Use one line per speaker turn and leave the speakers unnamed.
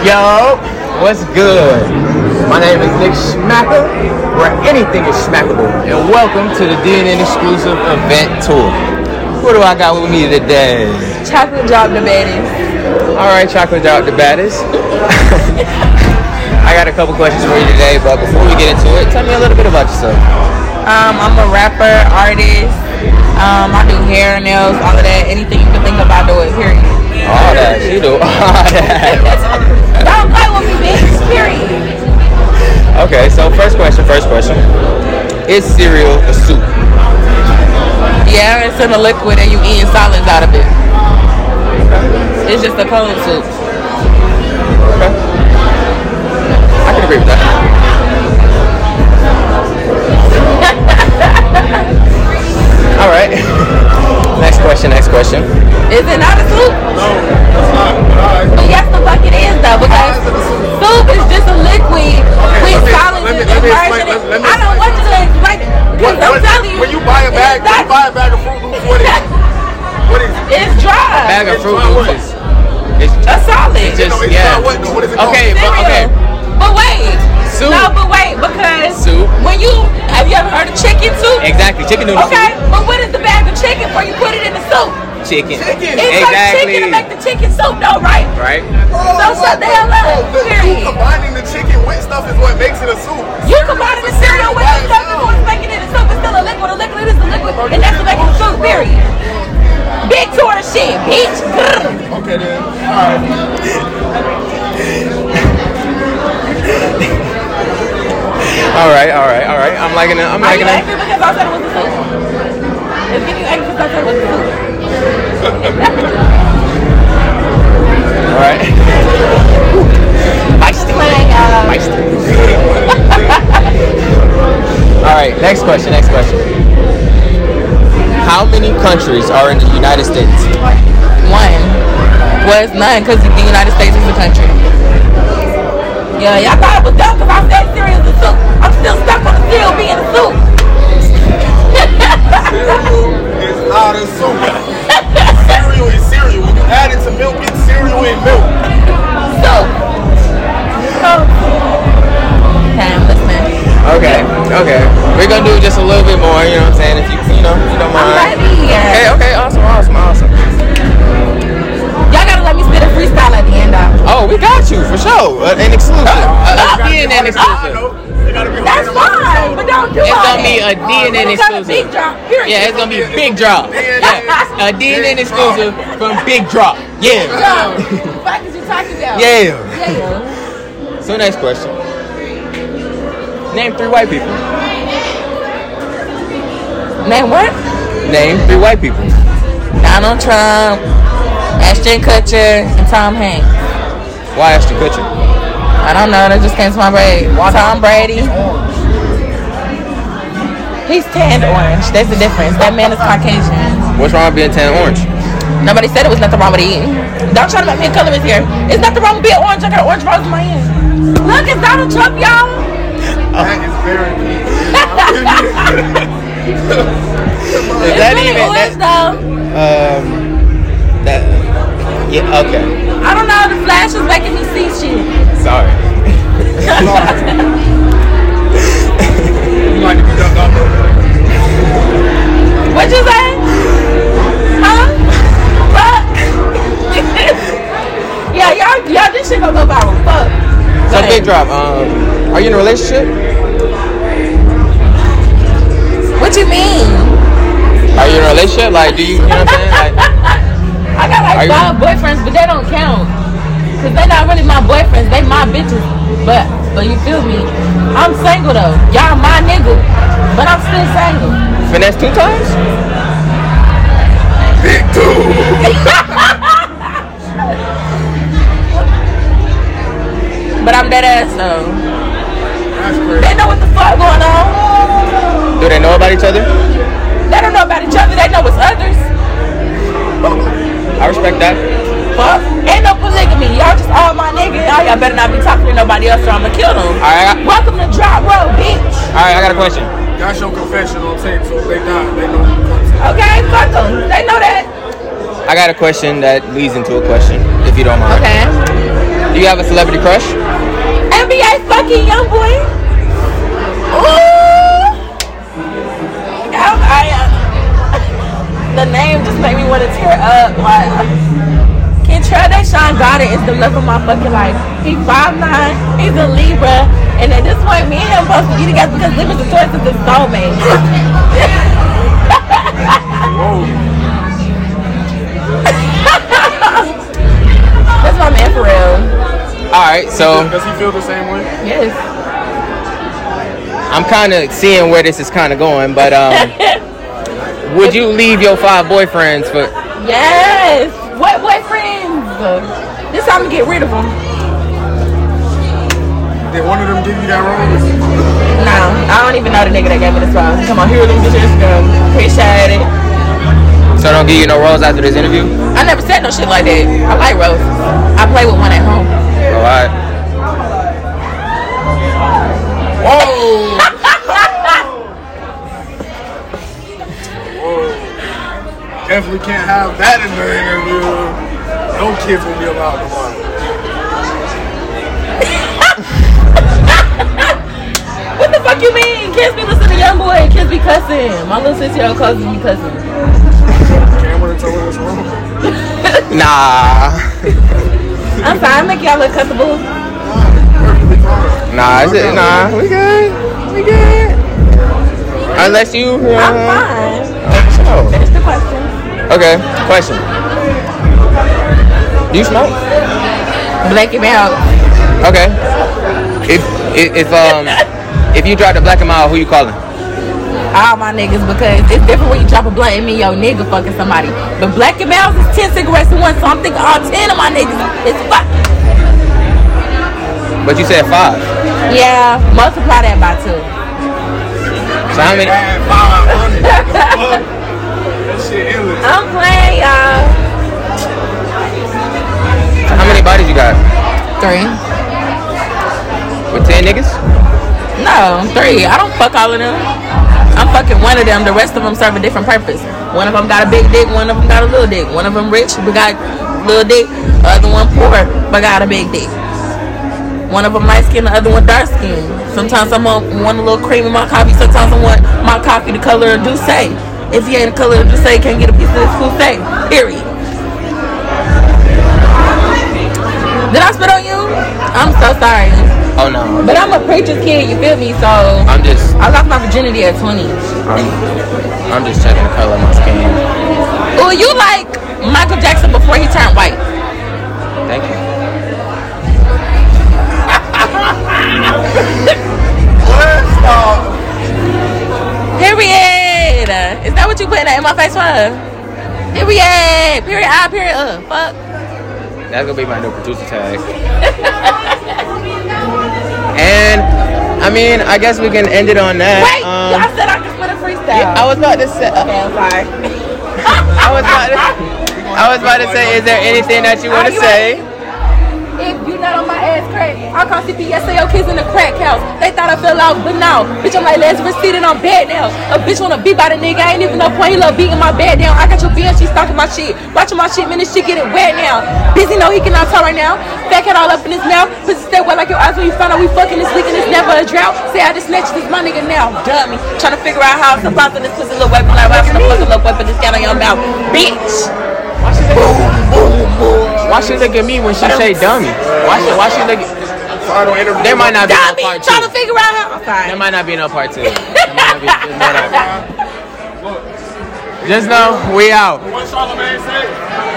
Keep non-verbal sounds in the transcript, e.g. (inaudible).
Yo, what's good? My name is Nick Schmacker, where anything is schmackable, and welcome to the DNN exclusive event tour. What do I got with me today?
Chocolate drop the baddest.
All right, chocolate out the baddest. (laughs) I got a couple questions for you today, but before we get into it, tell me a little bit about yourself.
Um, I'm a rapper, artist. Um, I do hair, nails, all of that. Anything you can think about, do it. (laughs) Period.
All that, you do all that. (laughs)
Don't play with me, bitch. Period.
Okay, so first question, first question. Is cereal a soup?
Yeah, it's in a liquid and you eating solids out of it. It's just a cone soup.
I can agree with that. (laughs) All right. (laughs) Next question. Next question.
Is it not a soup? Well, yes, the fuck it is though, because soup is just a liquid with
let me-
solids
let me-
and
let me
immersion.
explain- let- let me
I don't want you to explain. Because
What-
I'm
what-
telling you,
When you buy a
it's
bag, when
not-
you buy a bag of Fruit Loops, what is it?
(laughs)
What is it?
It's dry.
Bag of fruit loops. is- It's
a solid.
No,
just
it's
yeah.
not what, no, what is it called?
Okay, but
cereal.
okay.
But wait.
Soup.
No, but wait, because
Soup.
when you have you ever heard of chicken soup?
Exactly. Chicken noodle
Okay, but what is the bag of chicken for? You put it in the soup.
soup. Chicken.
Chicken.
It's like chicken to make
Exactly.
the chicken soup though, right?
Right.
Oh,
So shut the hell up,
oh, the-
period.
You combining the chicken with stuff is what makes it a soup.
You combining the cereal with
by
the stuff
itself.
before it's making it a soup. It's still a liquid. A liquid is a liquid, and that's what makes it soup, period. Big tour of shit, bitch. Grr.
Okay then. Alright.
All right. All right. All right. I'm liking it. I'm
Are you
liking it.
angry because I said it was a soup? It's getting you angry because I said it was a soup.
All right. (laughs)
I'm just playing, uh,
All right, next question, next question. How many countries are in the United States?
One was none because the United States is a country. Yeah, y'all thought it was dumb because I said cereal is a soup. I'm still stuck on the cereal being a soup.
It's not a soup. cereal is cereal. When you add it to milk, it's cereal and milk.
Soup. Soup. Okay, I'm listening.
Okay, okay. We're gonna do just a little bit more, you know what I'm saying? If you, you know, you don't
I'm glad to
mind.
be
Okay,
here.
okay, awesome, awesome, awesome.
Y'all gotta let me spit a freestyle at the end though.
Oh, we got you for sure. Uh, an exclusive.
You
Uh,
gotta
being an
be hard to find,
exclusive.
though. You gotta be hard
That's
to find.
fine, but don't do
It's
all
gonna be
that.
a DNN
It's gonna be
exclusive.
drunk, period.
Yeah, it's gonna be big drop. Yeah, a DNN exclusive from Big Drop. (laughs) Yeah.
Drunk. Fuck is you talking about?
Yeah.
Yeah.
So next question. Name three white people.
Name what?
Name three white people.
Donald Trump, Ashton Kutcher, and Tom Hanks.
Why Ashton Kutcher?
I don't know. That just came to my brain. Tom Brady. He's tanned orange. That's the difference. That man is Caucasian.
What's wrong with being tan and orange?
Nobody said it was nothing wrong with eating. Don't try to make me a colorist here. It's nothing wrong with being orange. I got orange rose in my hand. Look, it's Donald Trump,
(laughs)
y'all.
That is very
Is
It's
that
really
even
orange,
that,
though.
um that yeah okay
I don't know. The flash is making me see shit.
sorry
You like to be dumped off though.
What'd you say? Huh? Fuck. (laughs) yeah, y'all, y'all, this shit gonna go viral. Fuck.
so
Go
big drop
ahead.
um are you in a relationship
What you mean?
are you in a relationship like do you you know what i'm saying like
(laughs) I got
Are
like
you-
five boyfriends, but they don't count. Cause they not really my boyfriends, they my bitches. But, but you feel me? I'm single though. Y'all my nigga, but I'm still single.
finesse two times
Big dude.
But I'm dead ass though.
That's crazy.
They know what the fuck going on.
do they know about each other
They don't know about each other. They know it's others.
i respect that
Fuck. Ain't no polygamy. Y'all just all my niggas. Y'all, y'all better not be talking to nobody else or I'ma kill them.
all right I,
Welcome to Drop Row, bitch.
all right i got a question
Got your confession on tape, so if they not, they know who comes
Okay, fuck them. They know that.
i got a question that leads into a question if you don't mind
Okay.
Do you have a celebrity crush?
NBA fucking young boy. Ooh. I'm, I, uh, (laughs) the name just made me want to tear up. Like, Kentrell Deshaun Goddard is the love of my fucking life. He's 5'9", he's a Libra, and at this point, me and him supposed to be together because Libras and Taurus is a soulmate. (laughs) That's my man for real.
All right, so
Does he feel the same way?
Yes.
I'm kind of seeing where this is kind of going, but
(laughs)
um, would you leave your five boyfriends for?
Yes. What boyfriends? This time to get rid of them.
Did one of them give you that wrong?
No, I don't even know the nigga that gave me this phone. Come on, here, let me get your Instagram. uh, Appreciate it.
So I don't give you no roles after this interview.
I never said no shit like that. I like roses. I play with one at home.
All right.
Whoa! Definitely can't have that in the interview. No kids will be allowed tomorrow.
(laughs) What the fuck you mean? Kids be listening to young boy. Kids be cussing. My little six year old cousin be cussing.
Cameron told us wrong.
Nah,
I'm sorry. I make y'all look cussable.
Perfectly fine.
nah, is it, nah. We good. We good. Unless you.
I'm
Uh,
fine.
oh.
Finish the question.
Okay. Question. Do you smoke?
Black him out.
Okay. If if, if um if you drop the black and mild, who you calling?
all my niggas because it's different when you drop a blunt and me your nigga fucking somebody. But black and mouth is ten cigarettes in one, so I'm thinking all ten of my niggas is fuck.
But you said five.
Yeah, multiply that by two.
So how many?
Add 500. What the fuck? That shit endless.
I'm playing y'all.
How many bodies you got?
Three.
With ten niggas?
No, three. I don't fuck all of them. I'm fucking one of them. The rest of them serve a different purpose. One of them got a big dick. One of them got a little dick. One of them rich, but got little dick. Other one poor, but got a big dick. One of them light skin, the other one dark skin. Sometimes I want want a little cream in my coffee. Sometimes I want my coffee the color of Douce. If he ain't the color of Douce, can't get a piece of this Douce. Period. Did I spit on you? I'm so sorry.
Oh no.
But I'm a preacher's kid, you feel me? So
I'm just
I lost my virginity at 20.
I'm I'm just checking the color of my skin.
Oh, you like Michael Jackson before he turned white.
Thank you.
What? Stop.
Period. Is that what you putting that in my face for? Period. Period. I. Period. Uh. Fuck.
That's gonna be my new producer tag. and I mean, I guess we can end it on that.
Wait. I
Um, oh.
said I could spit a freestyle.
I was about to say. uh,
okay, I'm sorry.
I was about to. I was about to say. Is there anything that you want
Are
to
you
say?
If you not on my ass crack, I call CPS say your kids in the crack house. They thought I fell out, but no. Bitch, I'm like Lazarus seated on bed now. A bitch wanna beat by the nigga. I ain't even no point. He love beating my bed down. I got your bitch, she stalking my shit. Watching my shit, man, this shit getting wet now. Busy, no, he cannot talk right now. Back it all up in his mouth. Pussy stay wet like your eyes when you find out we fucking this week and it's never a drought. Say I just snatched this my nigga now. Dummy. Trying to figure out how to bounce on this pussy little weapon like watching the fucking little weapon just got on your mouth. Bitch.
Why she look at me when she say dummy? Why she, why she look? At,
Final interview.
there might not be no
Dummy.
part
Trying to
two.
figure out how. I'm sorry.
There might not be no part two. There might not be- there might not be. Just know we out.
What Charlamagne say?